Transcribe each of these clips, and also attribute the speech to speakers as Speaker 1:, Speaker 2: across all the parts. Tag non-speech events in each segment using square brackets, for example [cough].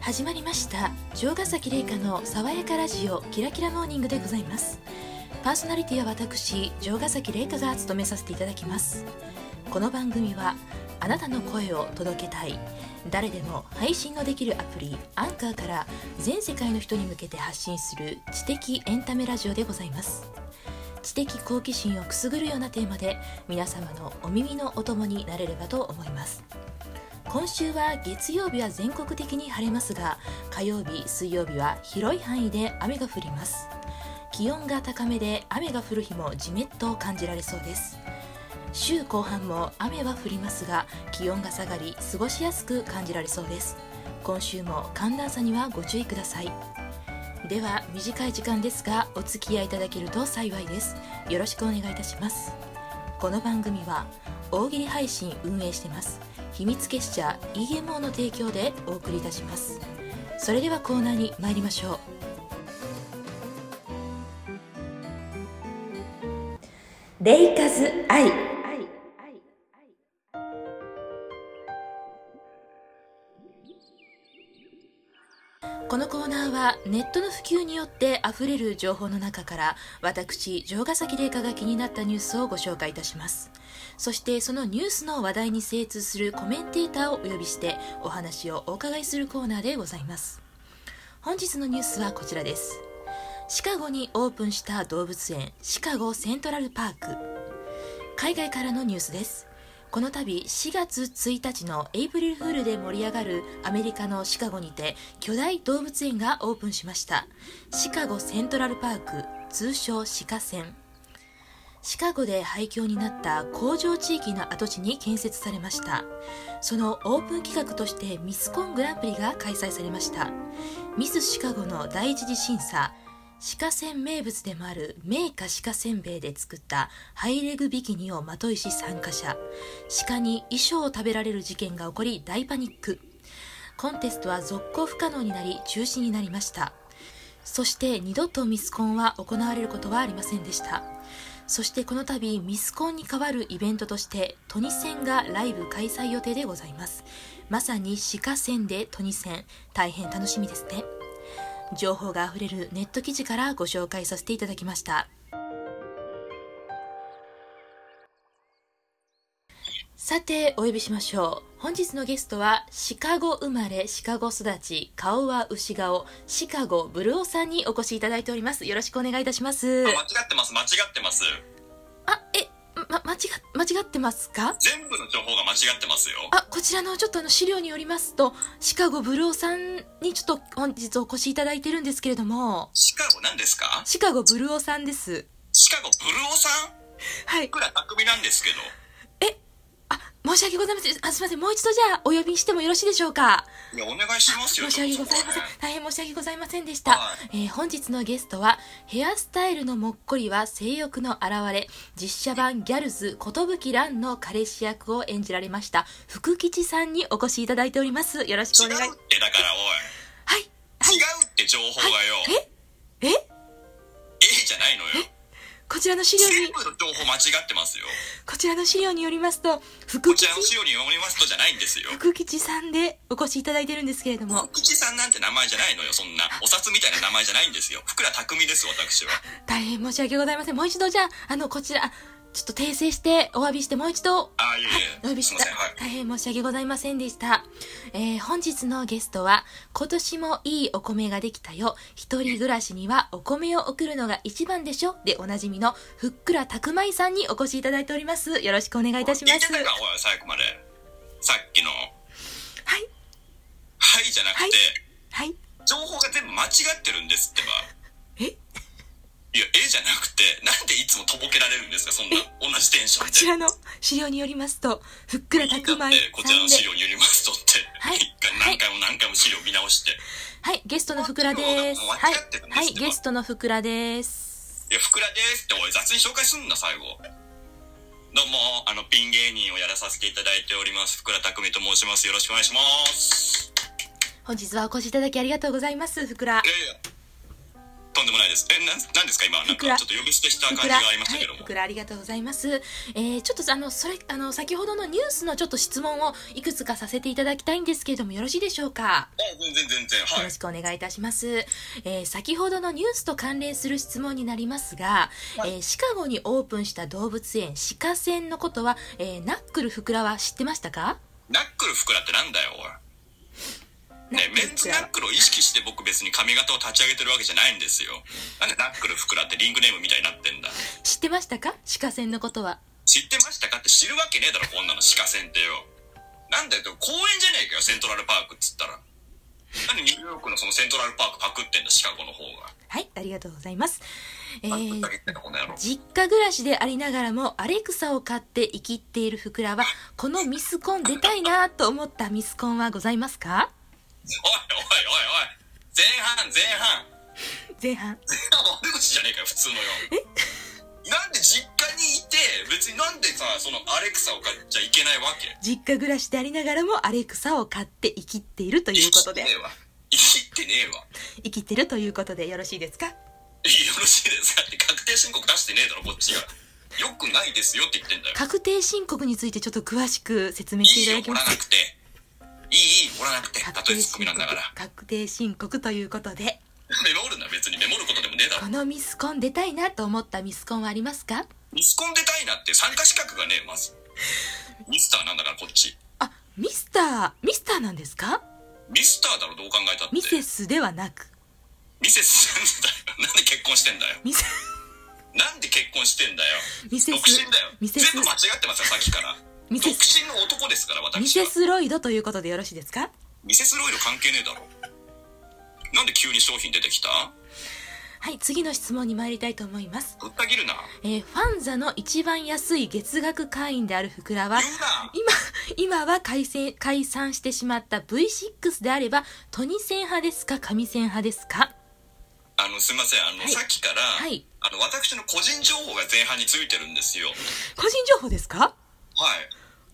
Speaker 1: 始まりました城ヶ崎玲香の爽やかラジオキラキラモーニングでございますパーソナリティは私城ヶ崎玲香が務めさせていただきますこの番組はあなたの声を届けたい誰でも配信のできるアプリアンカーから全世界の人に向けて発信する知的エンタメラジオでございます知的好奇心をくすぐるようなテーマで皆様のお耳のお供になれればと思います今週は月曜日は全国的に晴れますが火曜日水曜日は広い範囲で雨が降ります気温が高めで雨が降る日もじめっと感じられそうです週後半も雨は降りますが気温が下がり過ごしやすく感じられそうです今週も寒暖差にはご注意くださいでは短い時間ですがお付き合いいただけると幸いですよろしくお願いいたしますこの番組は大喜利配信運営してます秘密結社 EMO の提供でお送りいたしますそれではコーナーに参りましょうレイカズ愛このコーナーはネットの普及によってあふれる情報の中から私城ヶ崎玲香が気になったニュースをご紹介いたしますそしてそのニュースの話題に精通するコメンテーターをお呼びしてお話をお伺いするコーナーでございます本日のニュースはこちらですシカゴにオープンした動物園シカゴセントラルパーク海外からのニュースですこの度4月1日のエイプリルフールで盛り上がるアメリカのシカゴにて巨大動物園がオープンしましたシカゴセントラルパーク通称シカセンシカゴで廃墟になった工場地域の跡地に建設されましたそのオープン企画としてミスコングランプリが開催されましたミスシカゴの第一次審査鹿せん名物でもある名家鹿せんべいで作ったハイレグビキニをまといし参加者鹿に衣装を食べられる事件が起こり大パニックコンテストは続行不可能になり中止になりましたそして二度とミスコンは行われることはありませんでしたそしてこの度ミスコンに代わるイベントとしてトニセンがライブ開催予定でございますまさに鹿戦でトニセン大変楽しみですね情報があふれるネット記事からご紹介させていただきましたさてお呼びしましょう本日のゲストはシカゴ生まれシカゴ育ち顔は牛顔シカゴブルオさんにお越しいただいておりますよろしくお願いいたします
Speaker 2: あ間違ってます間違ってます
Speaker 1: あ、え、ま、間違、間違ってますか
Speaker 2: 全部の情報が間違ってますよ
Speaker 1: あ、こちらのちょっとあの資料によりますと、シカゴブルオさんにちょっと本日お越しいただいてるんですけれども、
Speaker 2: シカゴ何ですか
Speaker 1: シカゴブルオさんです。
Speaker 2: シカゴブルオさん
Speaker 1: はい。
Speaker 2: 僕ら匠なんですけど
Speaker 1: あ、申し訳ございません。あ、すいません。もう一度じゃあお呼びしてもよろしいでしょうか。
Speaker 2: いやお願いしますよ
Speaker 1: 申し訳ございません
Speaker 2: ちょっとね。
Speaker 1: 大変申し訳ございませんでした。
Speaker 2: は
Speaker 1: えー本日のゲストは、ヘアスタイルのもっこりは性欲の現れ、実写版ギャルズ、ことぶきらんの彼氏役を演じられました、福吉さんにお越しいただいております。よろしくお
Speaker 2: 違
Speaker 1: 願い。はいう
Speaker 2: っ。てだからお
Speaker 1: はい
Speaker 2: い違。うって情報がよ、
Speaker 1: ええ
Speaker 2: ええじゃないのよ
Speaker 1: こちらの資料
Speaker 2: 全
Speaker 1: に
Speaker 2: 部の情報間違ってますよ
Speaker 1: こちらの資料によりますと
Speaker 2: こ
Speaker 1: 福
Speaker 2: ち
Speaker 1: 吉
Speaker 2: らの資料によりますとじゃないんですよ
Speaker 1: 福吉さんでお越しいただいてるんですけれども
Speaker 2: 福吉さんなんて名前じゃないのよそんなお札みたいな名前じゃないんですよ福良匠です私は
Speaker 1: 大変申し訳ございませんもう一度じゃああのこちらあちょっと訂正してお詫びしてもう一度
Speaker 2: あいえい
Speaker 1: お呼
Speaker 2: え
Speaker 1: び
Speaker 2: す
Speaker 1: し
Speaker 2: いま
Speaker 1: た
Speaker 2: せんはい
Speaker 1: 大変申し訳ございませんでした、えー本日のゲストは今年もいいお米ができたよ一人暮らしにはお米を送るのが一番でしょでおなじみのふっくらたくまいさんにお越しいただいておりますよろしくお願いいたしま
Speaker 2: 聞い
Speaker 1: す
Speaker 2: てたかおい最後までさっきの「
Speaker 1: はい
Speaker 2: はい」じゃなくて、
Speaker 1: はいはい
Speaker 2: 情報が全部間違ってるんですってば
Speaker 1: え
Speaker 2: いや「え」じゃなくてなんでいつもとぼけられるんですかそんな同じテンショ
Speaker 1: こ
Speaker 2: ン
Speaker 1: ち
Speaker 2: で。
Speaker 1: らの資料によりますと、ふっくらたくまい
Speaker 2: だってこちらの資
Speaker 1: さんで、
Speaker 2: 料によりますとって、
Speaker 1: はい
Speaker 2: 一回何回も何回も資料見直して、い、
Speaker 1: はい、ゲストのふくらです。
Speaker 2: もう
Speaker 1: はい
Speaker 2: 間違ってるん、ですよ
Speaker 1: はい、ゲストのふくらです。
Speaker 2: や「ふくらです」っておい雑に紹介すんな最後どうもあのピン芸人をやらさせていただいておりますふくらたくみと申しますよろしくお願いします
Speaker 1: 本日はお越しいただきありがとうございます、ふくら
Speaker 2: い。やいやとんでもないです。え、なん、なんですか、今、なん
Speaker 1: ふくら
Speaker 2: か、ちょっと呼び捨てした
Speaker 1: ふ
Speaker 2: 感
Speaker 1: く
Speaker 2: じ
Speaker 1: ら、
Speaker 2: が
Speaker 1: は
Speaker 2: あり
Speaker 1: い
Speaker 2: ましたけど、も。
Speaker 1: ふくらありがとうございます。えー、ちょっとあの、それ、あの、先ほどのニュースのちょっと質問をいくつかさせていただきたいんですけれども、よろしいでしょうか。
Speaker 2: あ、全然、全然、は
Speaker 1: よ
Speaker 2: い
Speaker 1: ろ。しくお願いいたします、えー先ほどのニュースと関連する質問になりますが、
Speaker 2: はい
Speaker 1: えーシカゴにオープンした動物園シカセンのことは、えーナックルふくらは知ってましたか
Speaker 2: ナックルふくらってなんだよ、おい。
Speaker 1: ナ
Speaker 2: ね、
Speaker 1: ック
Speaker 2: メ
Speaker 1: ル
Speaker 2: ン
Speaker 1: ふ
Speaker 2: ズ
Speaker 1: く
Speaker 2: ナ
Speaker 1: ら
Speaker 2: ックルを意識して僕別に髪型を立ち上げてるわけじゃないんですよ。なんでナックルふくらってリングネームみたいになってんだ。
Speaker 1: 知ってましたかシカセンのことは
Speaker 2: 知ってましたかって知るわけねえだろ、こんなの鹿線ってよ。なんだよ、公園じゃねえかよ、セントラルパークっつったら。なんでニューヨークのそのセントラルパークパクってんだ、シカゴの方が。
Speaker 1: はいありがとうございます、え
Speaker 2: パクっ
Speaker 1: ー
Speaker 2: たけってんだ、この野郎。
Speaker 1: 実家暮らしでありながらもアレクサを飼って生きっているふくらはこのミスコン出たいなと思ったミスコンはございますか
Speaker 2: おいおいおいおい前半前半
Speaker 1: 前半
Speaker 2: 前半悪口じゃねえかよ普通のよなんで実家にいて別になんでさそのアレクサを買っちゃいけないわけ
Speaker 1: 実家暮らしでありながらもアレクサを飼って生きっているということで
Speaker 2: 生きてねえわ生きてねえわ
Speaker 1: 生きてるということでよろしいですか
Speaker 2: よろしいですかって確定申告出してねえだろこっちがよくないですよって言ってんだよ
Speaker 1: 確定申告についてちょっと詳しく説明
Speaker 2: い
Speaker 1: してい
Speaker 2: い
Speaker 1: た
Speaker 2: よ
Speaker 1: だけ
Speaker 2: 掘
Speaker 1: ま
Speaker 2: ら
Speaker 1: す
Speaker 2: な
Speaker 1: か
Speaker 2: くていいいい掘らなくてたとえツッコミなんだから
Speaker 1: 確定申告ということで
Speaker 2: メモるな別にメモることでもねえだ
Speaker 1: こ
Speaker 2: ろ
Speaker 1: のミスコン出たいなと思ったミスコンはありますか
Speaker 2: ミスコン出たいなって参加資格がねえまずミスターなんだからこっち
Speaker 1: あミスターミスターなんですか
Speaker 2: ミスターだろどう考えたって
Speaker 1: ミセスではなく
Speaker 2: ミセスなんだよ。なんで結婚してんだよ。
Speaker 1: ミセ
Speaker 2: なんで結婚してんだよ。
Speaker 1: ミセ
Speaker 2: 独
Speaker 1: ス
Speaker 2: 身だよ。
Speaker 1: ミセス
Speaker 2: 全部間違ってますよ、さっきから。
Speaker 1: ミ
Speaker 2: 独
Speaker 1: セス
Speaker 2: 身の男ですから、
Speaker 1: ミ
Speaker 2: 私
Speaker 1: セ
Speaker 2: は。
Speaker 1: スロイドということでよろしいですか
Speaker 2: ミセスロイド関係ねえだろ。なんで急に商品出てきた
Speaker 1: はい次の質問に参りたいと思います、
Speaker 2: ぶった切るな。
Speaker 1: えーファンザの一番安い月額会員であるふくらは
Speaker 2: 言うな。
Speaker 1: 今今は解散解散してしまった V6 であればトニセン派ですか神セン派ですか
Speaker 2: あの、すいません。あの、
Speaker 1: はい
Speaker 2: さっきから、
Speaker 1: はい
Speaker 2: あの、私の個人情報が前半についてるんですよ。はい。
Speaker 1: 個人情報ですか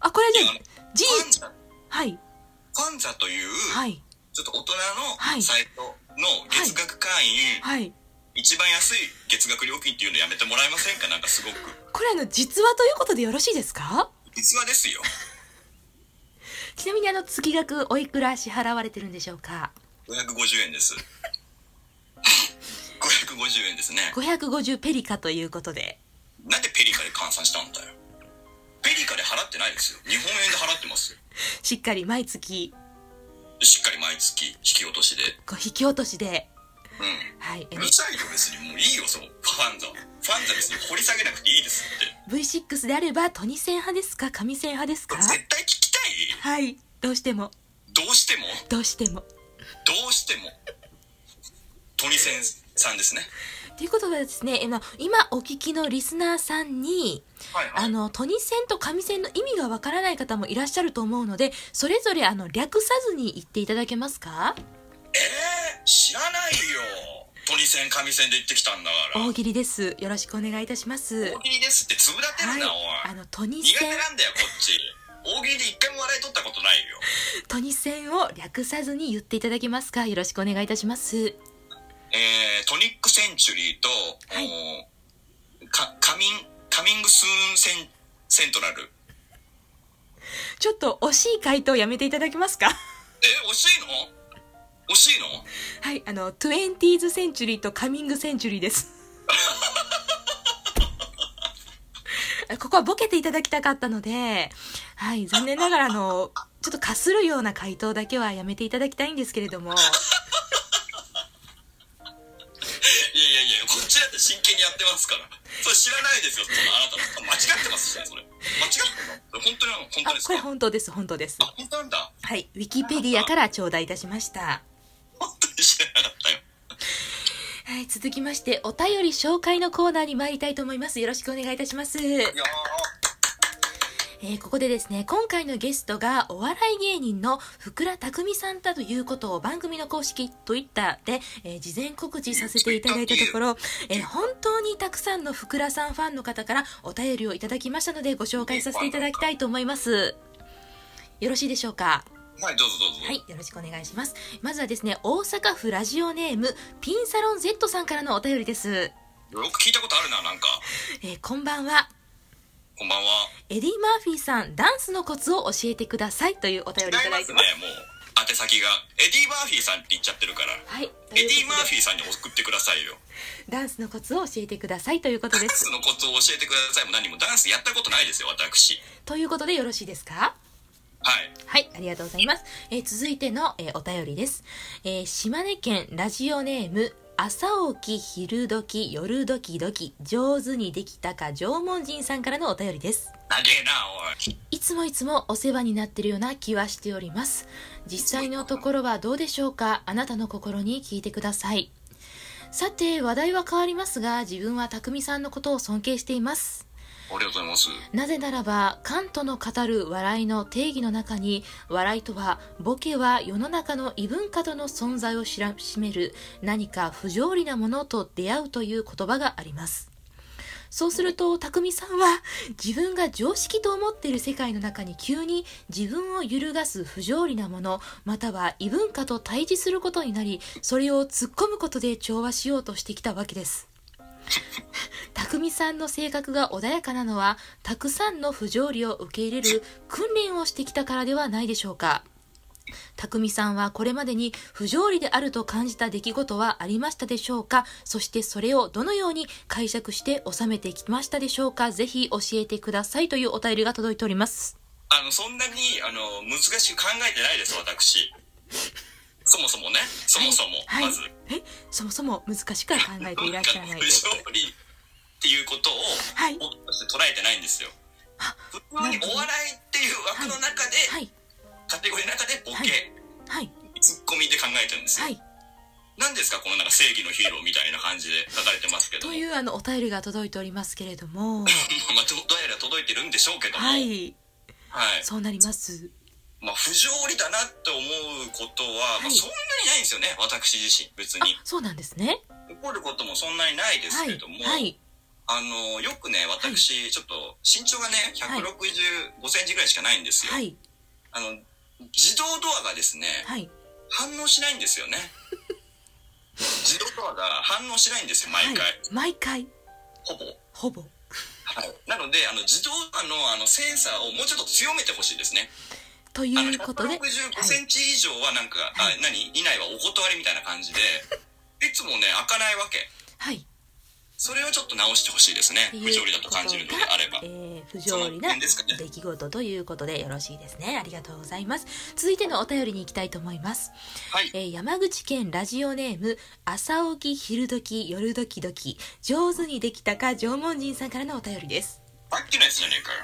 Speaker 1: あこれじゃ
Speaker 2: いや
Speaker 1: あ事
Speaker 2: ファン
Speaker 1: 実
Speaker 2: ザ、
Speaker 1: はい
Speaker 2: ファンザという、
Speaker 1: はい
Speaker 2: ちょっと大人
Speaker 1: は
Speaker 2: の
Speaker 1: い
Speaker 2: サイトの月額会員、
Speaker 1: はい
Speaker 2: 一番安い月額料金っていうのやめてもらえませんかなんかすごく。
Speaker 1: これあの実話ということでよろしいですか
Speaker 2: 実話ですよ
Speaker 1: ちなみにあの月額おいくら支払われてるんでしょうか
Speaker 2: 550円です
Speaker 1: [laughs]
Speaker 2: 550円ですね
Speaker 1: 550ペリカということで
Speaker 2: なんでペリカで換算したんだよペリカで払ってないですよ日本円で払ってますよ
Speaker 1: しっかり毎月
Speaker 2: しっかり毎月引き落としで
Speaker 1: こう引き落としで
Speaker 2: う
Speaker 1: はいえ
Speaker 2: んうるさいよ別にもういいよそうファンザファンザ別に掘り下げなくていいですって
Speaker 1: V6 であればトニセン派ですか神セン派です
Speaker 2: こ
Speaker 1: か
Speaker 2: れ絶対聞きたい
Speaker 1: はいどうしても
Speaker 2: どうしても
Speaker 1: どうしても
Speaker 2: どうしてもトニセンさんですね
Speaker 1: ということでですね、あの今お聞きのリスナーさんに、
Speaker 2: はい
Speaker 1: あ
Speaker 2: い
Speaker 1: の、トニセンと神センの意味がわからない方もいらっしゃると思うので、それぞれあの、略さずに言っていただけますか
Speaker 2: えー、知らないよトニセン神センで行ってきたんだから
Speaker 1: 大喜利です。よろしくお願いいたします。
Speaker 2: 大喜利ですってつぶだてるな、
Speaker 1: はい。あ
Speaker 2: おい
Speaker 1: の、トニ
Speaker 2: 苦手
Speaker 1: セン、
Speaker 2: なんだよこっち大喜利で一回も笑い取ったことないよ
Speaker 1: トニセンを略さずに言っていただけますかよろしくお願いいたします。
Speaker 2: えー、トニックセンチュリーと、
Speaker 1: はい
Speaker 2: おーかカミンカミングスーンセンセントラル
Speaker 1: ちょっと惜しい回答やめていただけますか [laughs]
Speaker 2: え惜しいの惜しいの
Speaker 1: はい、あの、トゥエンティーズセンチュリーとカミングセンチュリーです。 [laughs] ここはボケていただきたかったので、はい、残念ながらあの、ちょっとかするような回答だけはやめていただきたいんですけれども、
Speaker 2: いやいやいやこっちだって真剣にやってますからそれ知らないですよそのあなたの間違ってますしねそれ間違ってんの本当なの本
Speaker 1: あ
Speaker 2: 当で、す
Speaker 1: これ
Speaker 2: か
Speaker 1: 本当です、本当です。
Speaker 2: あ本当なんだ
Speaker 1: はい、ウィキペディアから頂戴いたしました。
Speaker 2: 本当に知らなかったよ
Speaker 1: はい、続きまして、お便り紹介のコーナーに参りたいと思います。よろしくお願いいたします。
Speaker 2: いやー
Speaker 1: えーここでですね、今回のゲストがお笑い芸人の福良拓美さんだということを番組の公式 Twitter で、えー事前告知させていただいたところ、えー本当にたくさんの福良さんファンの方からお便りをいただきましたのでご紹介させていただきたいと思います。よろしいでしょうか
Speaker 2: はい、どうぞどうぞ。
Speaker 1: はい、よろしくお願いします。まずはですね、大阪府ラジオネーム、ピンサロン Z さんからのお便りです。
Speaker 2: よく聞いたことあるな、なんか。
Speaker 1: えーこんばんは。
Speaker 2: こんばんは。
Speaker 1: エディ・マーフィーさん、ダンスのコツを教えてくださいというお便りいた
Speaker 2: 違い
Speaker 1: だ
Speaker 2: ま
Speaker 1: いて
Speaker 2: す
Speaker 1: ます。
Speaker 2: ね、もう。宛先が。エディ・マーフィーさんって言っちゃってるから。
Speaker 1: はい。
Speaker 2: エディ・マーフ
Speaker 1: ィ
Speaker 2: ィーさんに送ってくださいよ。
Speaker 1: ー。ダンスのコツを教えてくださいということ
Speaker 2: ダン [laughs]
Speaker 1: です
Speaker 2: ス。のコツを教えてくださいも何もダンスやったことないですよ、私。
Speaker 1: ということでよろしいですか
Speaker 2: はい。
Speaker 1: はい、ありがとうございます。えー続いての、えーお便りです。えー島根県ラジオネーム、朝起き、昼時、夜時々、上手にできたか、縄文人さんからのお便りです。
Speaker 2: 長えな、おい。
Speaker 1: いつもいつもお世話になってるような気はしております。実際のところはどうでしょうかあなたの心に聞いてください。さて、話題は変わりますが、自分は匠さんのことを尊敬しています。
Speaker 2: ありがとうございます。
Speaker 1: なぜならば、カントの語る笑いの定義の中に、笑いとは、ボケは世の中の異文化との存在を知らしめる、何か不条理なものと出会うという言葉があります。そうすると、匠さんは、自分が常識と思っている世界の中に急に自分を揺るがす不条理なもの、または異文化と対峙することになり、それを突っ込むことで調和しようとしてきたわけです。匠さんの性格が穏やかなのはたくさんの不条理を受け入れる訓練をしてきたからではないでしょうか匠さんはこれまでに不条理であると感じた出来事はありましたでしょうかそしてそれをどのように解釈して収めてきましたでしょうかぜひ教えてくださいというお便りが届いております
Speaker 2: あの、そんなに、あの、難しく考えてないです、私。そもそもね、そもそも、
Speaker 1: はい
Speaker 2: まず。
Speaker 1: えそもそも難しくは考えていらっしゃらない
Speaker 2: 不条理っていうことを、
Speaker 1: はい
Speaker 2: 僕として捉えてないんですよ。
Speaker 1: あ
Speaker 2: 普通にお笑いっていう枠の中で、
Speaker 1: はい
Speaker 2: カテゴリーの中でボケ、
Speaker 1: はいはい
Speaker 2: ツッコミで考えてるんですよ。
Speaker 1: はい
Speaker 2: 何ですかこのなんか正義のヒーローみたいな感じで書かれてますけど
Speaker 1: と
Speaker 2: も。
Speaker 1: いうあのお便りが届いておりますけれども
Speaker 2: [laughs] まあ、どどうやら届いてるんでしょうけども、
Speaker 1: は、い
Speaker 2: はい
Speaker 1: そうなります
Speaker 2: まあ、不条理だなって思うことは、ま
Speaker 1: は
Speaker 2: あ、
Speaker 1: い
Speaker 2: そんなにないんですよね、私自身、別
Speaker 1: あ
Speaker 2: に。
Speaker 1: そうなんですね
Speaker 2: 怒ることもそんなにないですけども、
Speaker 1: はい、はい、
Speaker 2: あの、よくね、私、ちょっと、身長がね、
Speaker 1: はい
Speaker 2: 165センチぐらいしかないんですよ。
Speaker 1: はい、
Speaker 2: あの、自動ドアがですね、
Speaker 1: はい、
Speaker 2: 反応しないんですよ
Speaker 1: [laughs]
Speaker 2: ね。自動ドアが反応しないんですよ、毎回。
Speaker 1: はい、毎回、
Speaker 2: ほぼ。
Speaker 1: ほぼ。
Speaker 2: はい、なのであの自動ドアのあのセンサーをもうちょっと強めてほしいですね。
Speaker 1: と
Speaker 2: あの
Speaker 1: いうことで、
Speaker 2: 165センチ以上はなんか、
Speaker 1: はい
Speaker 2: あ何以内はお断りみたいな
Speaker 1: [laughs]
Speaker 2: 感じでいつもね開かないわけ
Speaker 1: はい、っ
Speaker 2: それをちょっと直してほしいですね
Speaker 1: ていう
Speaker 2: 不条理だと感じるのであれば
Speaker 1: えー不条理
Speaker 2: そ
Speaker 1: な
Speaker 2: の点ですかね
Speaker 1: 出来事ということでよろしいですね。ありがとうございます。続いてのお便りに行きたいと思います。
Speaker 2: はい
Speaker 1: えー山口県ラジオネーム、朝起き昼時夜時々、上手にできたか縄文人さんからのお便りです。
Speaker 2: さっきのやつじゃねえかよ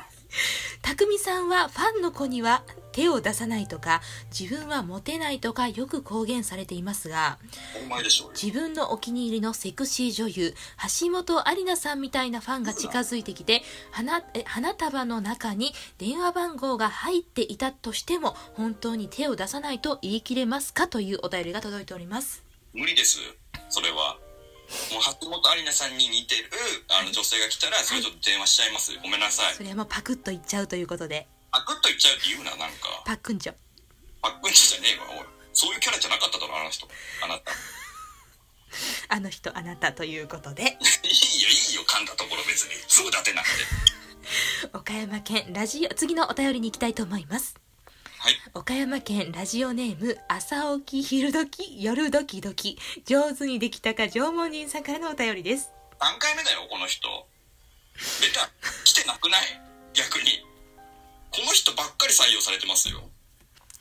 Speaker 1: 匠さんはファンの子には手を出さないとか自分はモテないとかよく公言されていますが
Speaker 2: お前でしょうよ
Speaker 1: 自分のお気に入りのセクシー女優橋本有奈さんみたいなファンが近づいてきて花え花束の中に電話番号が入っていたとしても本当に手を出さないと言い切れますかというお便りが届いております
Speaker 2: 無理ですそれはもう橋本有奈さんに似てるあの女性が来たらそれちょっと電話しちゃいますごめんなさい
Speaker 1: それはもうパクッといっちゃうということで
Speaker 2: パクッと言っちゃうって言うななんか
Speaker 1: パックンチョ
Speaker 2: パックンチじゃねえわおいそういうキャラじゃなかっただろあの人あなた [laughs]
Speaker 1: あの人あなたということで [laughs]
Speaker 2: いいよいいよ噛んだところ別にすぐ立てなくて
Speaker 1: 岡山県ラジオ次のお便りに行きたいと思います
Speaker 2: はい
Speaker 1: 岡山県ラジオネーム朝起き昼時夜時々上手にできたか縄文人さんからのお便りです
Speaker 2: 何回目だよこの人ベタ来てなくない逆にこの人ばっかり採用されてますよ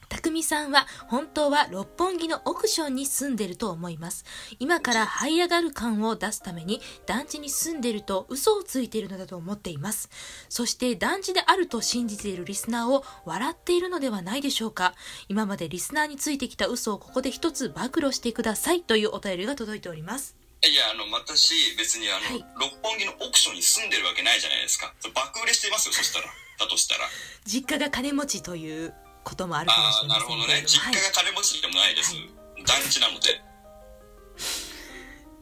Speaker 1: 匠さんは本当は六本木のオークションに住んでると思います今から這い上がる感を出すために団地に住んでると嘘をついているのだと思っていますそして団地であると信じているリスナーを笑っているのではないでしょうか今までリスナーについてきた嘘をここで一つ暴露してくださいというお便りが届いております
Speaker 2: いやあの私別にあの、
Speaker 1: はい
Speaker 2: 六本木のオークションに住んでるわけないじゃないですかそれ爆売れしてますよそしたらだ
Speaker 1: [laughs]
Speaker 2: としたら
Speaker 1: 実家が金持ちということもあるかも
Speaker 2: あ
Speaker 1: し
Speaker 2: あ
Speaker 1: れま
Speaker 2: なる
Speaker 1: せん
Speaker 2: ほど
Speaker 1: けれ
Speaker 2: ね
Speaker 1: ども
Speaker 2: 実家が金持ちでもないです、
Speaker 1: はい
Speaker 2: 団地なので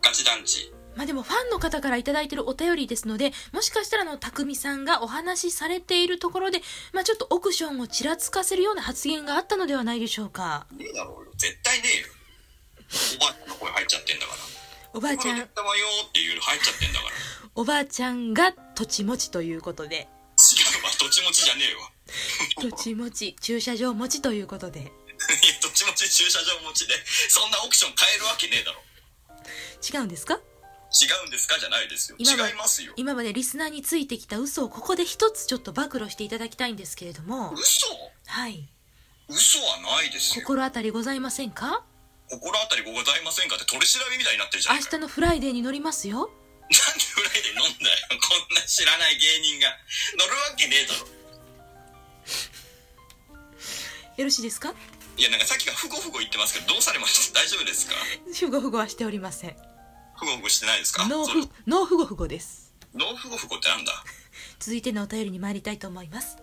Speaker 2: ガチ団地
Speaker 1: まあでもファンの方からいただいてるお便りですので、もしかしたらあの、匠さんがお話しされているところで、まあちょっとオクションをちらつかせるような発言があったのではないでしょうか。
Speaker 2: ねえだろうよ。絶対ねえよ。おばあちゃんの声入っちゃってんだから。
Speaker 1: おばあちゃん
Speaker 2: こ、れ玉よーっていうの入っちゃってんだから。
Speaker 1: おばあちゃんが土地持ちということで、
Speaker 2: 違うわ。どっち持ちじゃねえわ。
Speaker 1: 土地持ち、駐車場持ちということで。
Speaker 2: い [laughs] や、どっち持ち駐車場持ちで、そんなオプション買えるわけねえだろ。
Speaker 1: 違うんですか
Speaker 2: 違うんですかじゃないですよ。違
Speaker 1: 今まで
Speaker 2: いますよ。
Speaker 1: 今までリスナーについてきた嘘をここで一つちょっと暴露していただきたいんですけれども、
Speaker 2: 嘘
Speaker 1: はい。
Speaker 2: 嘘はないですよ。
Speaker 1: 心当たりございませんか
Speaker 2: 心当たりございませんかって取り調べみたいになってるじゃ
Speaker 1: 明
Speaker 2: んかよ。
Speaker 1: 日のフライデーに乗りますよ。
Speaker 2: なんでフライデー飲んだよ。こんな知らない芸人が。乗るわけねえだろ。
Speaker 1: よろしいですか
Speaker 2: いや、なんかさっきからふごふご言ってますけど、どうされました大丈夫ですか
Speaker 1: ふごふごはしておりません。
Speaker 2: ふごふごしてないですか
Speaker 1: ノー
Speaker 2: それ
Speaker 1: フ、ノーフゴフゴです。
Speaker 2: ノーフゴフゴってなんだ
Speaker 1: 続いてのお便りに参りたいと思います。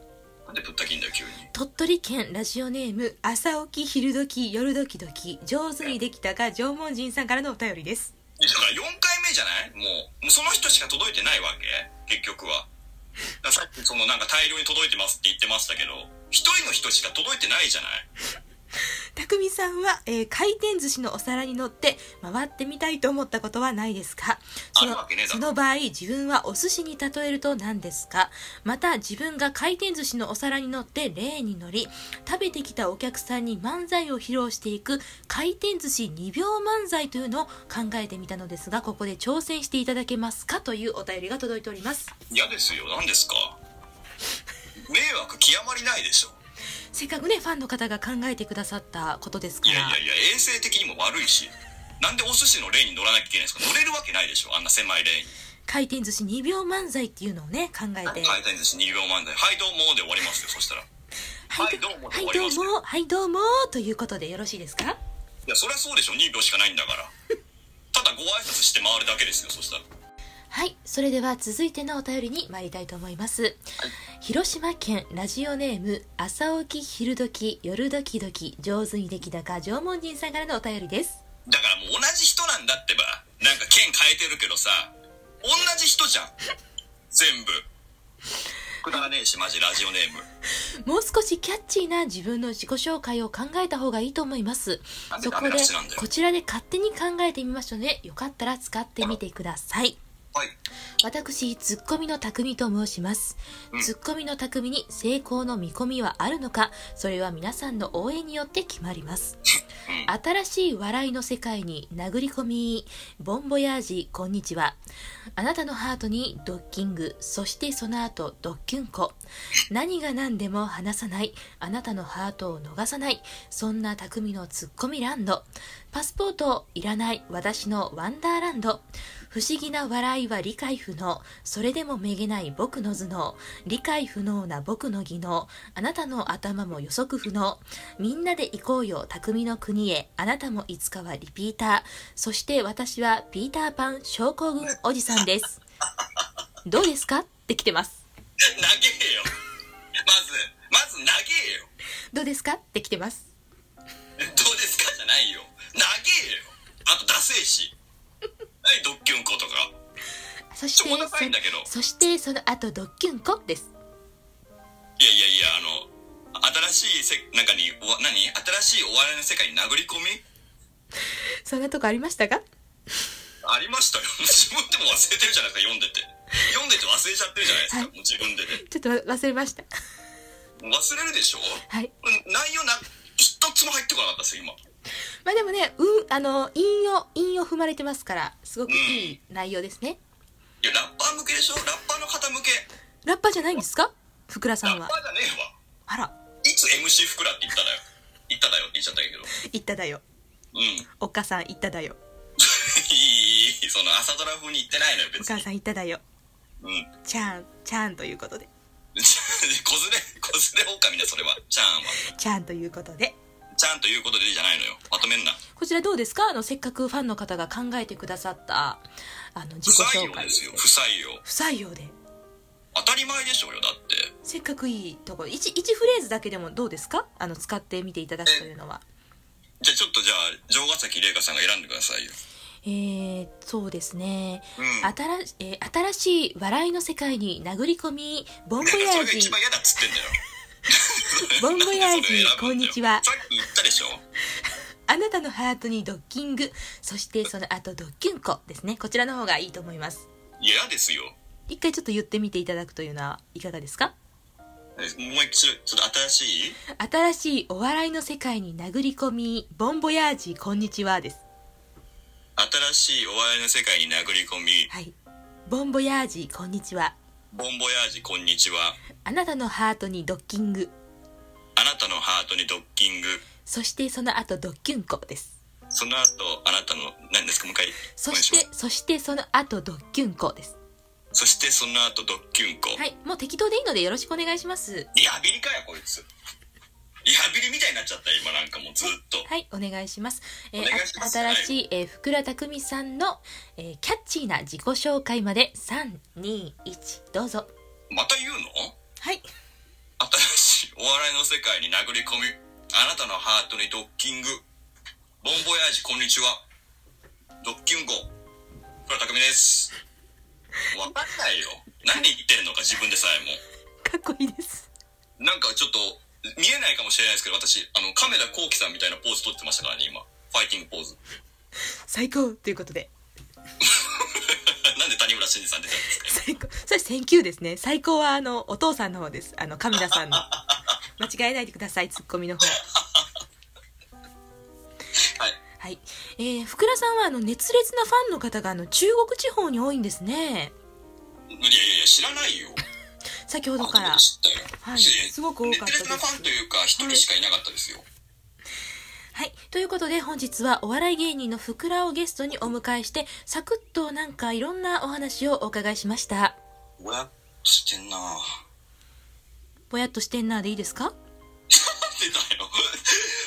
Speaker 2: なんでぶった切んだよ、急に。
Speaker 1: 鳥取県ラジオネーム、朝起き、昼時、夜時々、上手にできたが縄文人さんからのお便りです。
Speaker 2: だから4回目じゃないもうもうその人しか届いてないわけ結局はだからさっきそのなんか大量に届いてますって言ってましたけど一人の人しか届いてないじゃない
Speaker 1: たくみさんは、えー回転寿司のお皿に乗って回ってみたいと思ったことはないですかそ
Speaker 2: あ
Speaker 1: の
Speaker 2: るわけねえだ
Speaker 1: そ
Speaker 2: ろ
Speaker 1: の場合自分はお寿司に例えると何ですかまた自分が回転寿司のお皿に乗って例に乗り食べてきたお客さんに漫才を披露していく回転寿司2秒漫才というのを考えてみたのですがここで挑戦していただけますかというお便りが届いております
Speaker 2: 嫌ですよ何ですか迷惑極まりないでしょ
Speaker 1: せっかくねファンの方が考えてくださったことですか
Speaker 2: いや
Speaker 1: ら
Speaker 2: いやいや衛生的にも悪いしなんでお寿司の例に乗らなきゃいけないんですか乗れるわけないでしょあんな狭い例に
Speaker 1: 回転寿司2秒漫才っていうのをね考えて
Speaker 2: 回転寿司2秒漫才はいどうもで終わりますよそしたらい
Speaker 1: は
Speaker 2: はいい、
Speaker 1: ど
Speaker 2: ど
Speaker 1: う
Speaker 2: う
Speaker 1: も、
Speaker 2: も
Speaker 1: はい、
Speaker 2: 終
Speaker 1: ど
Speaker 2: わり
Speaker 1: う
Speaker 2: ますよ
Speaker 1: も、はい、どうも、ということでよろしいですか
Speaker 2: やそりゃそうでしょ2秒しかないんだからただご挨拶して回るだけですよそしたら
Speaker 1: はい、それでは続いてのお便りに参りたいと思います。広島県ラジオネーム、朝起き昼時夜時々上手にできたか縄文人さんからのお便りです。
Speaker 2: だからもう同じ人なんだってばなんか剣変えてるけどさ同じ人じゃん全部くだらねえしマジラジオネーム
Speaker 1: もう少しキャッチーな自分の自己紹介を考えた方がいいと思います。
Speaker 2: なんで
Speaker 1: そ
Speaker 2: ダ
Speaker 1: こ
Speaker 2: メ
Speaker 1: で
Speaker 2: 出しなんだ、よ
Speaker 1: こちらで勝手に考えてみましたので、よかったら使ってみてください。
Speaker 2: はい
Speaker 1: 私ツッコミの匠と申します、
Speaker 2: うん
Speaker 1: ツッコミの匠に成功の見込みはあるのかそれは皆さんの応援によって決まります、新しい笑いの世界に殴り込みボンボヤージこんにちはあなたのハートにドッキングそしてその後ドッキュンコ何が何でも離さないあなたのハートを逃さないそんな匠のツッコミランドパスポートいらない私のワンダーランド不思議な笑いは理解不能それでもめげない僕の頭脳理解不能な僕の技能あなたの頭も予測不能みんなで行こうよ匠の国へあなたもいつかはリピーターそして私はピーターパン症候群おじさんですどうですかって来てます
Speaker 2: 投げえよまずまず投げえよ
Speaker 1: どうですかって来てます
Speaker 2: どうですかじゃないよ投げえよあとダセえし何ドッキュンコとか
Speaker 1: そして
Speaker 2: ちょっとお腹痛いんだけど
Speaker 1: そそしてその後ドッキュンコです
Speaker 2: いやいやいやあの新しいせなんかにお何新しいお笑いの世界に殴り込み
Speaker 1: そんなとこありましたか
Speaker 2: ありましたよ自分でも忘れてるじゃないですか読んでて読んでて忘れちゃってるじゃないですか、
Speaker 1: はい
Speaker 2: もう自分でね
Speaker 1: ちょっとわ忘れました
Speaker 2: 忘れるでしょ
Speaker 1: はい
Speaker 2: 内容な一つも入ってこなかったですよ今
Speaker 1: まあでもねうんあの陰を陰を踏まれてますからすごくいい内容ですね、
Speaker 2: いやラッパー向けでしょラッパーの方向け
Speaker 1: ラッパーじゃないんですかふくらさ
Speaker 2: ラ
Speaker 1: ん
Speaker 2: ッ
Speaker 1: は
Speaker 2: パーじゃねえわ
Speaker 1: あら
Speaker 2: いつ MC ふくらって言っただよ言っただよって言っちゃったけどう
Speaker 1: 言っただよ
Speaker 2: ん [laughs] い
Speaker 1: お母さん言っただよ
Speaker 2: いいいいいその朝ドラ風に言ってないのよ
Speaker 1: お
Speaker 2: 別
Speaker 1: 母
Speaker 2: に
Speaker 1: さん言っただよ
Speaker 2: うん [laughs]
Speaker 1: ちゃんちゃんということで
Speaker 2: 子連れ子連れ狼だそれはちゃんは
Speaker 1: ちゃんということで
Speaker 2: ちゃんということでじゃないのよまとめんな
Speaker 1: こちらどうですかあのせっかくファンの方が考えてくださったあの自
Speaker 2: 不
Speaker 1: 己
Speaker 2: 採
Speaker 1: 紹
Speaker 2: 用
Speaker 1: 介
Speaker 2: ですよ不採用
Speaker 1: 不採用で
Speaker 2: 当たり前でしょうよだって
Speaker 1: せっかくいいところ一一フレーズだけでもどうですかあの使ってみていただくというのは
Speaker 2: じゃあちょっとじゃあ城ヶ崎玲香さんが選んでくださいよ
Speaker 1: えー、そうですね、
Speaker 2: うん
Speaker 1: 新しえー新しい笑いの世界に殴り込みボンボ
Speaker 2: そ
Speaker 1: ヤ
Speaker 2: れ
Speaker 1: ー
Speaker 2: が
Speaker 1: ジ
Speaker 2: 一番嫌だっつってんだよ
Speaker 1: [laughs] ボンボヤージ
Speaker 2: それを選ぶ
Speaker 1: こん
Speaker 2: んだ
Speaker 1: に
Speaker 2: よ
Speaker 1: ちは
Speaker 2: さっき言ったでしょ
Speaker 1: あなたのハートにドッキングそしてその後ドッキュンコですねこちらの方がいいと思います
Speaker 2: いや嫌ですよ
Speaker 1: 一回ちょっと言ってみていただくというのはいかがですか
Speaker 2: えもう一度ちょっと新しい
Speaker 1: 新しいお笑いの世界に殴り込みボンボヤージこんにちはです
Speaker 2: 新しいお笑いの世界に殴り込み
Speaker 1: はいボンボヤージこんにちは
Speaker 2: ボンボヤージこんにちは
Speaker 1: あなたのハートにドッキング
Speaker 2: あなたのハートにドッキング
Speaker 1: そしてその後ドッキュンコです
Speaker 2: その後あなたの何ですかもう一回
Speaker 1: そしてそしてその後ドッキュンコです
Speaker 2: そしてその後ドッキュンコ、
Speaker 1: はいもう適当でいいのでよろしくお願いします
Speaker 2: リハビリかよこいつリハビリみたいになっちゃったよ今なんかもうずっと
Speaker 1: はいお願いします,、えー
Speaker 2: お願いします
Speaker 1: あ新しい、えー、福良匠さんの、えーキャッチーな自己紹介まで321どうぞ
Speaker 2: また言うの
Speaker 1: はい
Speaker 2: 新し [laughs] いお笑いの世界に殴り込みあなたのハートにドッキングボンボヤージこんにちはドッキンゴこれたくみですわかんないよ何言ってんのか自分でさえも
Speaker 1: かっこいいです
Speaker 2: なんかちょっと見えないかもしれないですけど私あの亀田光輝さんみたいなポーズ撮ってましたからね今ファイティングポーズ [laughs]
Speaker 1: 最高ということで
Speaker 2: なんで谷村新司さん出てるんですか
Speaker 1: 最高それ「センキュー」ですね最高はあのお父さんの方ですあの神田さ
Speaker 2: [laughs]
Speaker 1: んの間違えないでくださいツッコミの方
Speaker 2: はい
Speaker 1: はい、えー、福田さんはあの熱烈なファンの方があの中国地方に多いんですね
Speaker 2: いやいやいや知らないよ
Speaker 1: 先ほど
Speaker 2: 後
Speaker 1: か
Speaker 2: で
Speaker 1: ら
Speaker 2: 知ったよ
Speaker 1: はい
Speaker 2: し
Speaker 1: すごく多かったです
Speaker 2: 熱烈なファンというか一人しかいなかったですよ、
Speaker 1: はいということで本日はお笑い芸人の福田をゲストにお迎えしてサクッとなんかいろんなお話をお伺いしました
Speaker 2: ぼやっとしてんなぁ
Speaker 1: ぼやっとしてんなでいいですか
Speaker 2: ってたよ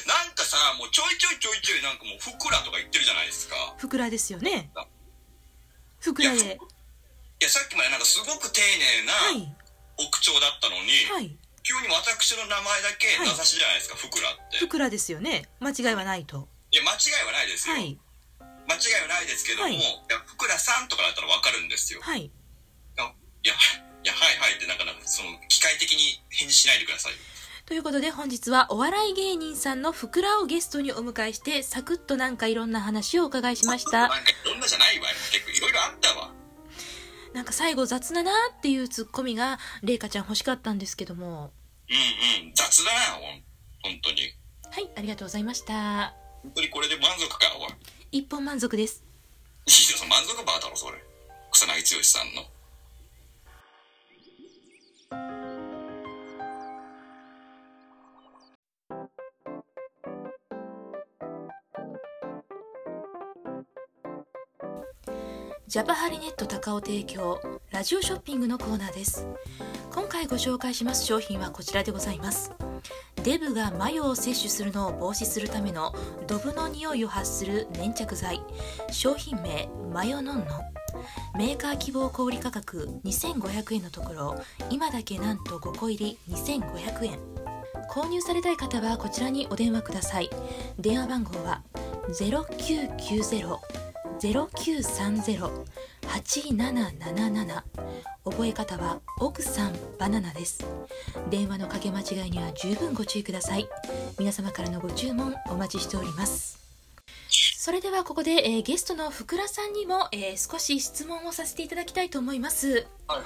Speaker 2: [laughs] なんかさもうちょいちょいちょいちょいなんかもうふくらとか言ってるじゃないですか
Speaker 1: 福田ですよね
Speaker 2: あ
Speaker 1: 福田で
Speaker 2: いやさっきまでなんかすごく丁寧
Speaker 1: は
Speaker 2: ない奥調だったのに、
Speaker 1: はい
Speaker 2: 急に私の名前だけ
Speaker 1: はい
Speaker 2: 名指しじゃないですか、ふくらって
Speaker 1: 福田ですよね間違いはないと
Speaker 2: いや間違いはないですよ、
Speaker 1: はい
Speaker 2: 間違いはないですけども、
Speaker 1: はい
Speaker 2: い、やふくらさんとかだったらわかるんですよ
Speaker 1: はい
Speaker 2: あいやいやはいはいってなんかなんかその機械的に返事しないでくださいよ
Speaker 1: ということで本日はお笑い芸人さんのふくらをゲストにお迎えしてサクッとなんかいろんな話をお伺いしました
Speaker 2: なんかいろんなじゃないわよ結構いろいろあったわ
Speaker 1: なんか最後雑だなっていうツッコミがれいかちゃん欲しかったんですけども
Speaker 2: うんうん雑だなほん本当に
Speaker 1: はいありがとうございました
Speaker 2: 本当にこれで満足かおい
Speaker 1: 一本満足です
Speaker 2: いいよその満足バーだろそれ草薙剛さんの
Speaker 1: ジャパハリネット高尾提供ラジオショッピングのコーナーです今回ご紹介します商品はこちらでございますデブがマヨを摂取するのを防止するためのドブの匂いを発する粘着剤商品名マヨノンノンメーカー希望小売価格2500円のところ今だけなんと5個入り2500円購入されたい方はこちらにお電話ください電話番号は0990 0930-8777覚え方は奥さんバナナです電話のかけ間違いには十分ご注意ください皆様からのご注文お待ちしておりますそれではここで、えーゲストの福良さんにも、えー少し質問をさせていただきたいと思います
Speaker 2: はいはいはい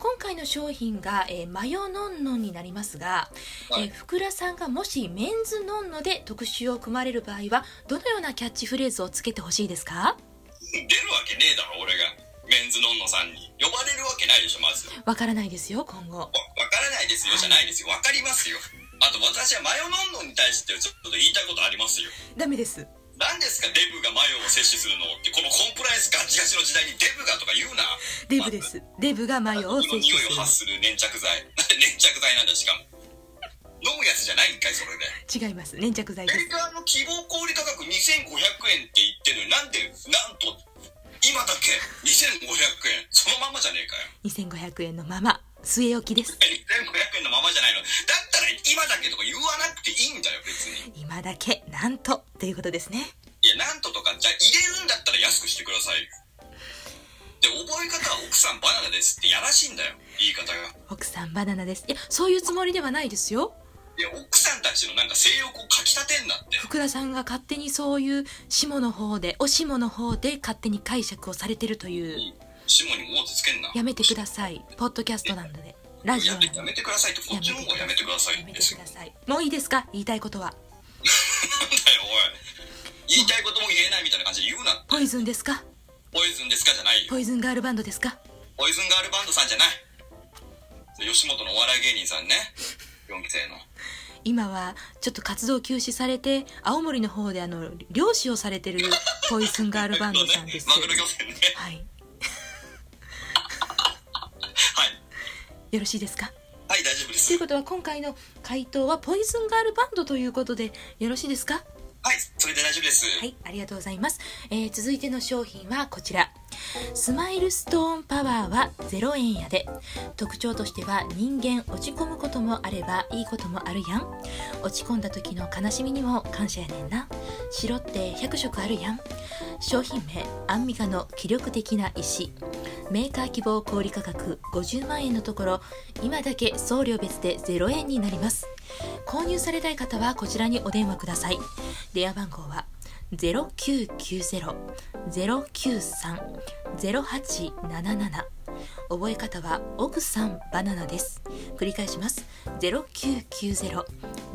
Speaker 1: 今回の商品が、えーマヨノンノンになりますが、
Speaker 2: はい
Speaker 1: えー福良さんがもしメンズノンノで特集を組まれる場合はどのようなキャッチフレーズをつけてほしいですか
Speaker 2: 出るわけねえだろ俺がメンズノンノさんに呼ばれるわけないでしょまずわ
Speaker 1: わからないですよ今後
Speaker 2: わからないですよじゃないですよわかりますよあと私はマヨノンノに対してちょっと言いたいことありますよ
Speaker 1: ダメです
Speaker 2: 何ですかデブがマヨを摂取するのってこのコンプライアンスガチガチの時代にデブがとか言うな
Speaker 1: デブですデブがマヨを摂取
Speaker 2: の匂いを
Speaker 1: す
Speaker 2: 発する粘着剤 [laughs] なんで粘着剤なんだしかも飲むやつじゃないんかいそれ
Speaker 1: る
Speaker 2: で
Speaker 1: 違います粘着剤で
Speaker 2: メ
Speaker 1: す
Speaker 2: ーカーの希望小売価格2500円って言ってるのになんでなんと今だけ2500円そのままじゃねえかよ
Speaker 1: 2500円のまま据え置きです
Speaker 2: 2500円のままじゃないのだったら今だけとか言わなくていいんだよ別に
Speaker 1: 今だけなんとということですね
Speaker 2: いやなんととかじゃあ入れるんだったら安くしですってやらしいんだよ言い方が
Speaker 1: 奥さんバナナですいやそういうつもりではないですよ
Speaker 2: いや奥さんたちのなんか性欲をかきたてんだって
Speaker 1: 福田さんが勝手にそういう下の方でお下の方で勝手に解釈をされてるという
Speaker 2: 下に大手つけんな
Speaker 1: やめてくださいポッドキャストなのでラジオ
Speaker 2: や
Speaker 1: なので
Speaker 2: やめてくださいってこっちの方がやめてください
Speaker 1: やめて
Speaker 2: です
Speaker 1: く
Speaker 2: よ
Speaker 1: ださいもういいですか言いたいことは
Speaker 2: なんだよおい言いたいことも言えないみたいな感じで言うな
Speaker 1: ポイズンですか
Speaker 2: ポイズンですかじゃないよ
Speaker 1: ポイズンガールバンドですか
Speaker 2: ポイズンガールバンドさんじゃないそれ吉本のお笑い芸人さんね4期生の
Speaker 1: 今はちょっと活動休止されて青森の方であの漁師をされてるポイズンガールバンドさんです
Speaker 2: マ
Speaker 1: け
Speaker 2: グ
Speaker 1: れど
Speaker 2: ロ漁船ね
Speaker 1: はい
Speaker 2: はい
Speaker 1: よろしいですか
Speaker 2: はい大丈夫で
Speaker 1: とい
Speaker 2: す
Speaker 1: うことは今回の回答はポイズンガールバンドということでよろしいですか
Speaker 2: はいそれで大丈夫です
Speaker 1: はい、ありがとうございます。えー続いての商品はこちら。スマイルストーンパワーは0円やで。特徴としては人間落ち込むこともあればいいこともあるやん。落ち込んだ時の悲しみにも感謝やねんな。白って100色あるやん。商品名、アンミカの気力的な石。メーカー希望小売価格50万円のところ、今だけ送料別で0円になります。購入されたい方はこちらにお電話ください。電話番号は0990-093-0877覚え方は奥さんバナナです繰り返します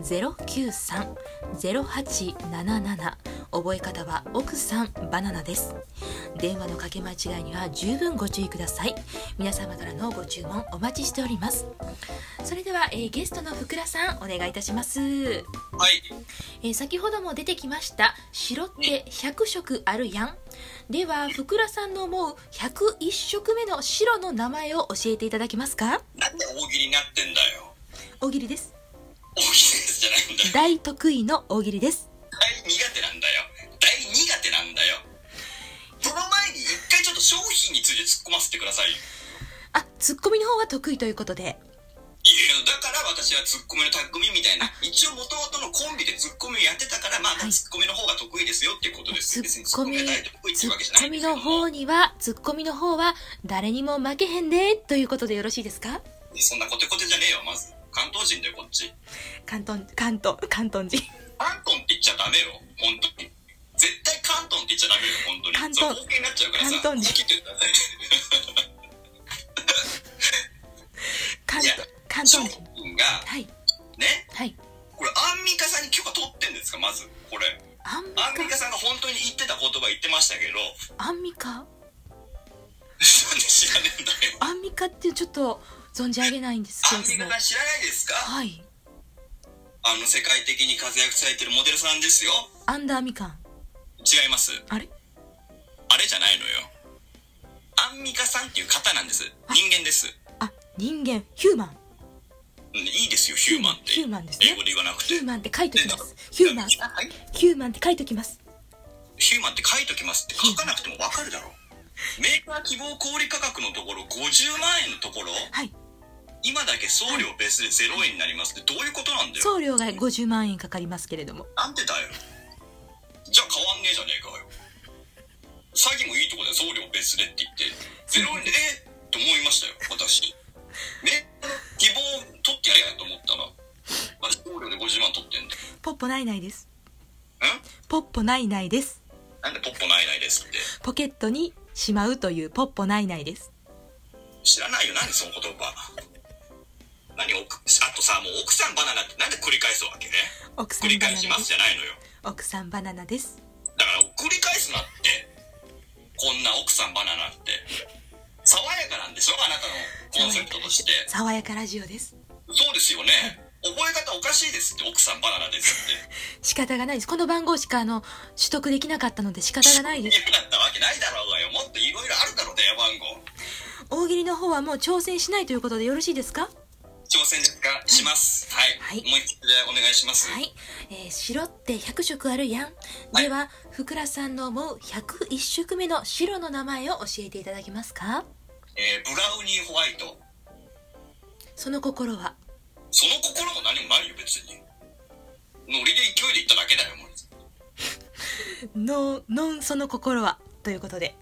Speaker 1: 0990-093-0877覚え方は奥さんバナナです電話のかけ間違いには十分ご注意ください皆様からのご注文お待ちしておりますそれでは、えーゲストの福田さんお願いいたします
Speaker 2: はい
Speaker 1: えー先ほども出てきました「白って100色あるやん」では福倉さんの思う101色目の白の名前を教えていただけますか
Speaker 2: なんで大喜利になってんだよ
Speaker 1: 大喜利です
Speaker 2: 大喜利ですじゃないんだよ
Speaker 1: 大得意の大喜利です
Speaker 2: 大苦手なんだよ大苦手なんだよその前に一回ちょっと商品について突っ込ませてくださいよ
Speaker 1: あツッコミの方は得意ということで
Speaker 2: いやだから私はツッコミのタッグミみたいな一応元々のコンビでツッコミをやってたからまあま
Speaker 1: は
Speaker 2: あ
Speaker 1: い
Speaker 2: ツッコミの方が得意ですよっていうことです
Speaker 1: ツ
Speaker 2: 別に
Speaker 1: ッ
Speaker 2: ツッ
Speaker 1: コ
Speaker 2: コミ
Speaker 1: ミ
Speaker 2: が大得意って
Speaker 1: ツ
Speaker 2: いうわけじゃ
Speaker 1: ッコ
Speaker 2: ない
Speaker 1: ミ
Speaker 2: んですけ
Speaker 1: の
Speaker 2: ども
Speaker 1: 方にはツッコミの方は誰にも負けへんでということでよろしいですか
Speaker 2: そんなコテコテじゃねえよまず関東人だよこっち
Speaker 1: 関東関東関東人
Speaker 2: 関東って言っちゃダメよ本当に絶対関東って言っちゃダメよ本当に
Speaker 1: 関東
Speaker 2: それ貢献になっちゃうからさ
Speaker 1: 関東人
Speaker 2: 切ってください
Speaker 1: 関
Speaker 2: いや
Speaker 1: 東関
Speaker 2: 商
Speaker 1: 東人
Speaker 2: 品が
Speaker 1: はい
Speaker 2: ね
Speaker 1: はい
Speaker 2: これアンミカさんに許可取ってんですかまずこれ
Speaker 1: アンミ
Speaker 2: アンミカさんが本当に言ってた言葉言ってましたけど [laughs]
Speaker 1: カア
Speaker 2: なん
Speaker 1: ンミカ
Speaker 2: で知らねえんだよ
Speaker 1: アンミカってちょっと存じ上げないんですけ
Speaker 2: アン
Speaker 1: れ
Speaker 2: ミ
Speaker 1: ど
Speaker 2: カ
Speaker 1: も
Speaker 2: さん知らないですか
Speaker 1: はい
Speaker 2: あの世界的に活躍されてるモデルさんですよ
Speaker 1: アンダーみかん
Speaker 2: 違います
Speaker 1: あれ
Speaker 2: あれじゃないのよアンミカさんっていう方なんです人間です
Speaker 1: あ人間ヒューマン
Speaker 2: うんいいですよヒューマンって
Speaker 1: ヒューマンですね
Speaker 2: 英語で言わなく
Speaker 1: ヒ
Speaker 2: て
Speaker 1: ューマンって書いときますヒューマン
Speaker 2: はい
Speaker 1: ヒューマンって書いときます
Speaker 2: ヒューマンって書いときますって書かなくてもわかるだろメーカー希望小売価格のところ50万円のところ
Speaker 1: はい
Speaker 2: 今だけ送料ベースで0円になりますってどういうことなんだよ
Speaker 1: 送料が50万円かかりますけれども
Speaker 2: なんでだよじゃあ変わんねえじゃねえかよ詐欺もいいとこだよ送料ベースでって言って0円でえっと思いましたよ私ね希望取ってやれやと思ったら私送料で50万取ってんだよ
Speaker 1: ポッポないないです
Speaker 2: ん
Speaker 1: ポッポないないです
Speaker 2: なんでポッポないないですって
Speaker 1: ポケットにしまうというポッポないないです
Speaker 2: 知らないよ何その言葉何奥あとさもう奥さんバナナってなんで繰り返すわけね
Speaker 1: 奥さん
Speaker 2: 繰り
Speaker 1: バナ
Speaker 2: 返
Speaker 1: ナ
Speaker 2: し
Speaker 1: で
Speaker 2: ます
Speaker 1: す
Speaker 2: じゃないのよ
Speaker 1: 奥さんバナナです
Speaker 2: だから繰り返すなってこんな奥さんバナナって爽やかなんでしょあなたのコンセプトとして
Speaker 1: 爽やかラジオです
Speaker 2: そうですよね覚え方おかしいですって奥さんバナナですって
Speaker 1: 仕方がないですこの番号しかあの取得できなかったので仕方がないです
Speaker 2: 言うなったわけないだろうがよもっといろいろあるだろう電話番号
Speaker 1: 大喜利の方はもう挑戦しないということでよろしいですか
Speaker 2: 挑戦ですかしますはい、
Speaker 1: はい
Speaker 2: もう一度お願いします、
Speaker 1: はい、えー白って100色あるやん。
Speaker 2: はい
Speaker 1: では、ふくらさんの思う101色目の白の名前を教えていただけますか
Speaker 2: えーブラウニーホワイト
Speaker 1: その心は、
Speaker 2: その心も何もないよ別にノリで勢いで行っただけだよもう [laughs]
Speaker 1: の、のんその心は、ということで。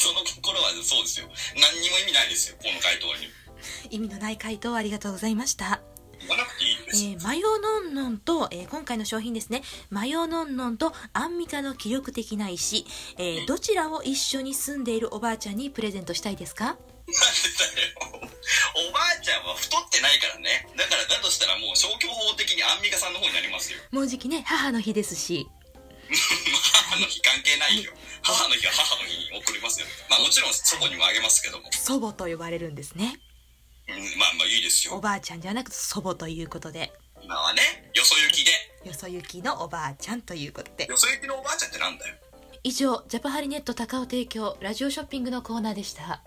Speaker 2: その心はそうですよ。何にも意味ないですよ、この回答に。
Speaker 1: 意味のない回答ありがとうございました。
Speaker 2: 言わなくていいん
Speaker 1: え
Speaker 2: ですよ。
Speaker 1: ーマヨノンノンと、えー今回の商品ですね、マヨノンノンとアンミカの気力的な石、えーどちらを一緒に住んでいるおばあちゃんにプレゼントしたいですか
Speaker 2: なんでだよ。 [laughs] おばあちゃんは太ってないからね。だからだとしたらもう消去法的にアンミカさんの方になりますよ。 [laughs]
Speaker 1: もうじきね、母の日ですし、
Speaker 2: 母の日関係ないよ。母の日は母の日に送りますよ。まあもちろん祖母にもあげますけども。
Speaker 1: 祖母と呼ばれるんですね。
Speaker 2: うんまあまあいいです
Speaker 1: お
Speaker 2: よ。
Speaker 1: ばあちゃんじゃなく祖母ということで、
Speaker 2: 今はね、よそ行きで。
Speaker 1: よそ行きのおばあちゃんということで。
Speaker 2: よそ行きのおばあちゃんってなんだよ。
Speaker 1: 以上、ジャパハリネット高尾提供、ラジオショッピングのコーナーでした。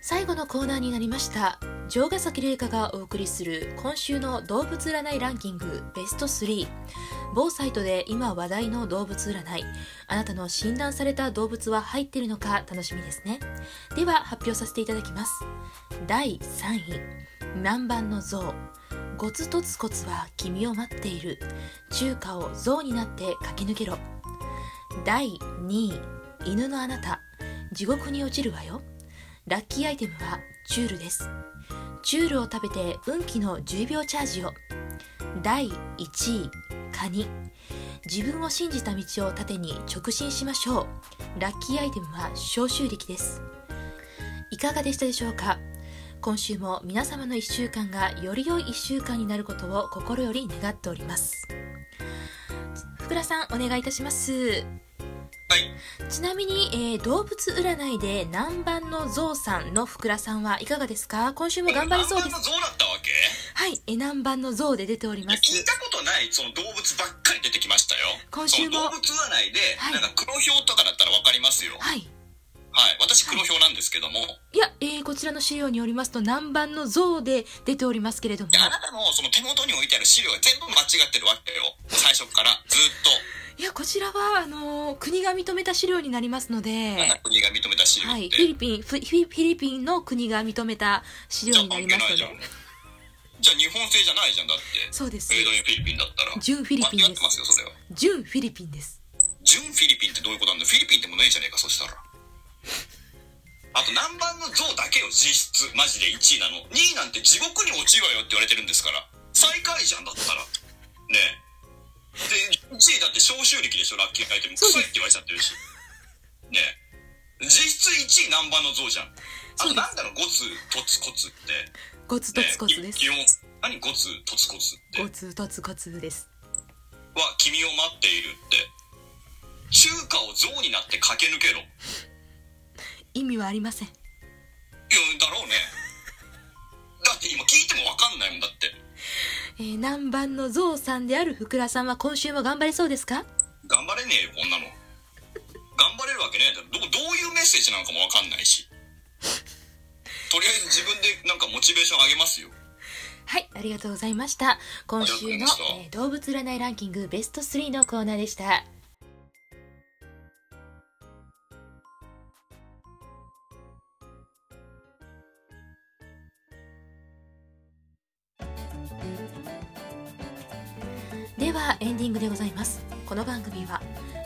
Speaker 1: 最後のコーナーになりました城ヶ崎玲香がお送りする今週の動物占いランキングベスト3某サイトで今話題の動物占いあなたの診断された動物は入ってるのか楽しみですねでは発表させていただきます第3位南蛮の象ゴツとツコツは君を待っている中華を象になって駆け抜けろ第2位犬のあなた地獄に落ちるわよラッキーアイテムはチュールですチュールを食べて運気の10秒チャージを第1位カニ自分を信じた道を盾に直進しましょうラッキーアイテムは消臭力ですいかがでしたでしょうか今週も皆様の1週間がより良い1週間になることを心より願っております福田さんお願いいたします
Speaker 2: はい。
Speaker 1: ちなみに、えー動物占いで南蛮のゾウさんのふくらさんはいかがですか今週も頑張りそうで
Speaker 2: 南蛮
Speaker 1: す。
Speaker 2: の象だったわけ
Speaker 1: はい、えー南蛮のゾウで出ておりま
Speaker 2: 聞い
Speaker 1: す。
Speaker 2: たことないその動物ばっかり出てきましたよ
Speaker 1: 今週も
Speaker 2: その動物占いで、
Speaker 1: はい
Speaker 2: なんか黒豹とかだったらわかりますよはい、
Speaker 1: はい。
Speaker 2: 私黒豹なんですけども、
Speaker 1: いや、えーこちらの資料によりますと南蛮のゾウで出ておりますけれども
Speaker 2: で、あなたのその手元に置いてある資料が全部間違ってるわけよ最初からずっと
Speaker 1: いや、こちらは、あのー国が認めた資料になりますの
Speaker 2: なん
Speaker 1: で、
Speaker 2: か国が認めた資料
Speaker 1: はい、
Speaker 2: っ
Speaker 1: フ
Speaker 2: て、
Speaker 1: ィリピン、フィフィフィリピンの国が認めた資料になりますの
Speaker 2: じゃ
Speaker 1: で
Speaker 2: あ関係ない、じゃあ日本製じゃないじゃんだって
Speaker 1: そうです
Speaker 2: メイ。ドインフィリピンだったら
Speaker 1: 純フィリピン
Speaker 2: 間違
Speaker 1: で
Speaker 2: ってます
Speaker 1: す。
Speaker 2: よそれは
Speaker 1: 純フィリピンです。
Speaker 2: 純フィリピンってどういうことなんだフィリピンってもねえじゃねえかそしたらあと南蛮の像だけよ実質マジで1位なの2位なんて地獄に落ちるわよって言われてるんですから最下位じゃんだったらねえで1位だって消臭力でしょラッキーアイテム
Speaker 1: そう
Speaker 2: 臭
Speaker 1: で
Speaker 2: いって言われちゃってるしねえ実質1位南蛮の像じゃんあ
Speaker 1: そう
Speaker 2: と
Speaker 1: です
Speaker 2: なんだろうゴツトツコツって、
Speaker 1: ゴツと
Speaker 2: ね
Speaker 1: ツコツです。
Speaker 2: 基本何ゴツトツコツって
Speaker 1: ゴツとツコツです。
Speaker 2: は君を待っているって中華を象になって駆け抜けろ
Speaker 1: 意味はありません
Speaker 2: いやだろうねだって今聞いても分かんないもんだって
Speaker 1: えー南蛮のゾウさんであるふくらさんは今週も頑張れそうですか
Speaker 2: 頑張れねえよこんなの頑張れるわけねえだろどどういうメッセージなのかも分かんないしとりあえず自分でなんかモチベーション上げますよ
Speaker 1: はいありがとうございました今週
Speaker 2: あり
Speaker 1: の
Speaker 2: がとうございました、
Speaker 1: えー動物占いランキングベスト3のコーナーでしたではエンディングでございますこの番組は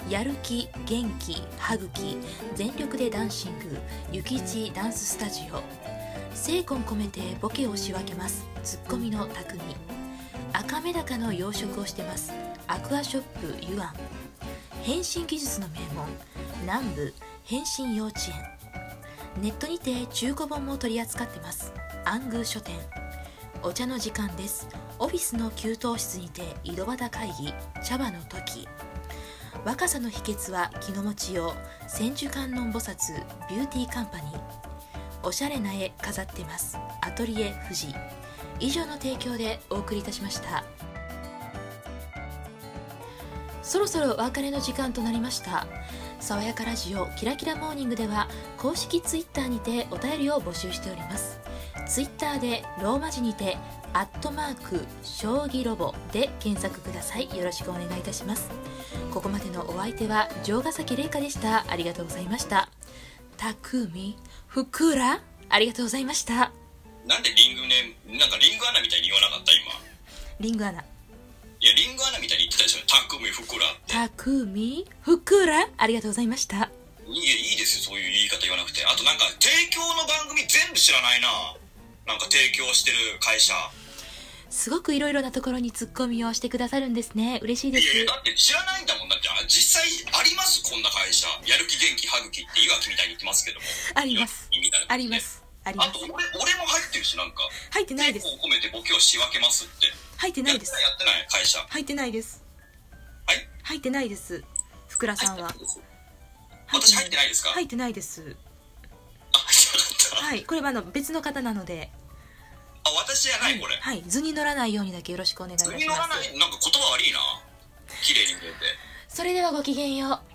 Speaker 1: やる気元気歯茎全力でダンシングゆきちダンススタジオ精魂込めてボケを仕分けますツッコミの匠赤メダカの養殖をしてますアクアショップユアン変身技術の名門南部変身幼稚園ネットにて中古本も取り扱ってますアングー書店お茶の時間ですオフィスの給湯室にて井戸端会議茶葉の時若さの秘訣は気の持ちよう千手観音菩薩ビューティーカンパニーおしゃれな絵飾ってますアトリエ富士以上の提供でお送りいたしましたそろそろお別れの時間となりました爽やかラジオキラキラモーニングでは公式ツイッターにてお便りを募集しておりますツイッターでローマ字にてアットマーク将棋ロボで検索くださいよろしくお願いいたしますここまでのお相手は城ヶ崎玲香でしたありがとうございましたたくみふくらありがとうございました
Speaker 2: なんでリングネームなんかリングアナみたいに言わなかった今
Speaker 1: リングアナ
Speaker 2: いやリングアナみたいに言ってたじゃんタクミフクラって
Speaker 1: たくみふくらありがとうございました
Speaker 2: いやいいですよそういう言い方言わなくてあとなんか提供の番組全部知らないななんか提供してる会社
Speaker 1: すごくいろいろなところにツッコミをしてくださるんですね嬉しい
Speaker 2: い
Speaker 1: です
Speaker 2: やいやだって知らないんだもんだってあ実際ありますこんな会社やる気元気歯茎って岩木みたいに言ってますけども
Speaker 1: あります
Speaker 2: 意味ない
Speaker 1: ありますありま
Speaker 2: あ
Speaker 1: す
Speaker 2: と俺俺も入ってるしなんか
Speaker 1: 入ってないで
Speaker 2: 結
Speaker 1: す
Speaker 2: 構込めてボケを仕分けますって
Speaker 1: 入ってな
Speaker 2: やっ
Speaker 1: い
Speaker 2: て
Speaker 1: です
Speaker 2: ないやってない会社
Speaker 1: 入ってないです
Speaker 2: はい
Speaker 1: 入ってないですふくらさんは
Speaker 2: 私入ってないですか
Speaker 1: 入ってないです
Speaker 2: あそうだった
Speaker 1: はいこれはあの別の方なので
Speaker 2: あ私じゃないこれ
Speaker 1: はい図に乗らないようにだけよろしくお願いいた
Speaker 2: 図
Speaker 1: し
Speaker 2: に乗
Speaker 1: ま
Speaker 2: らな
Speaker 1: す
Speaker 2: いなんか言葉悪いな綺麗に見えて
Speaker 1: それではごきげんよう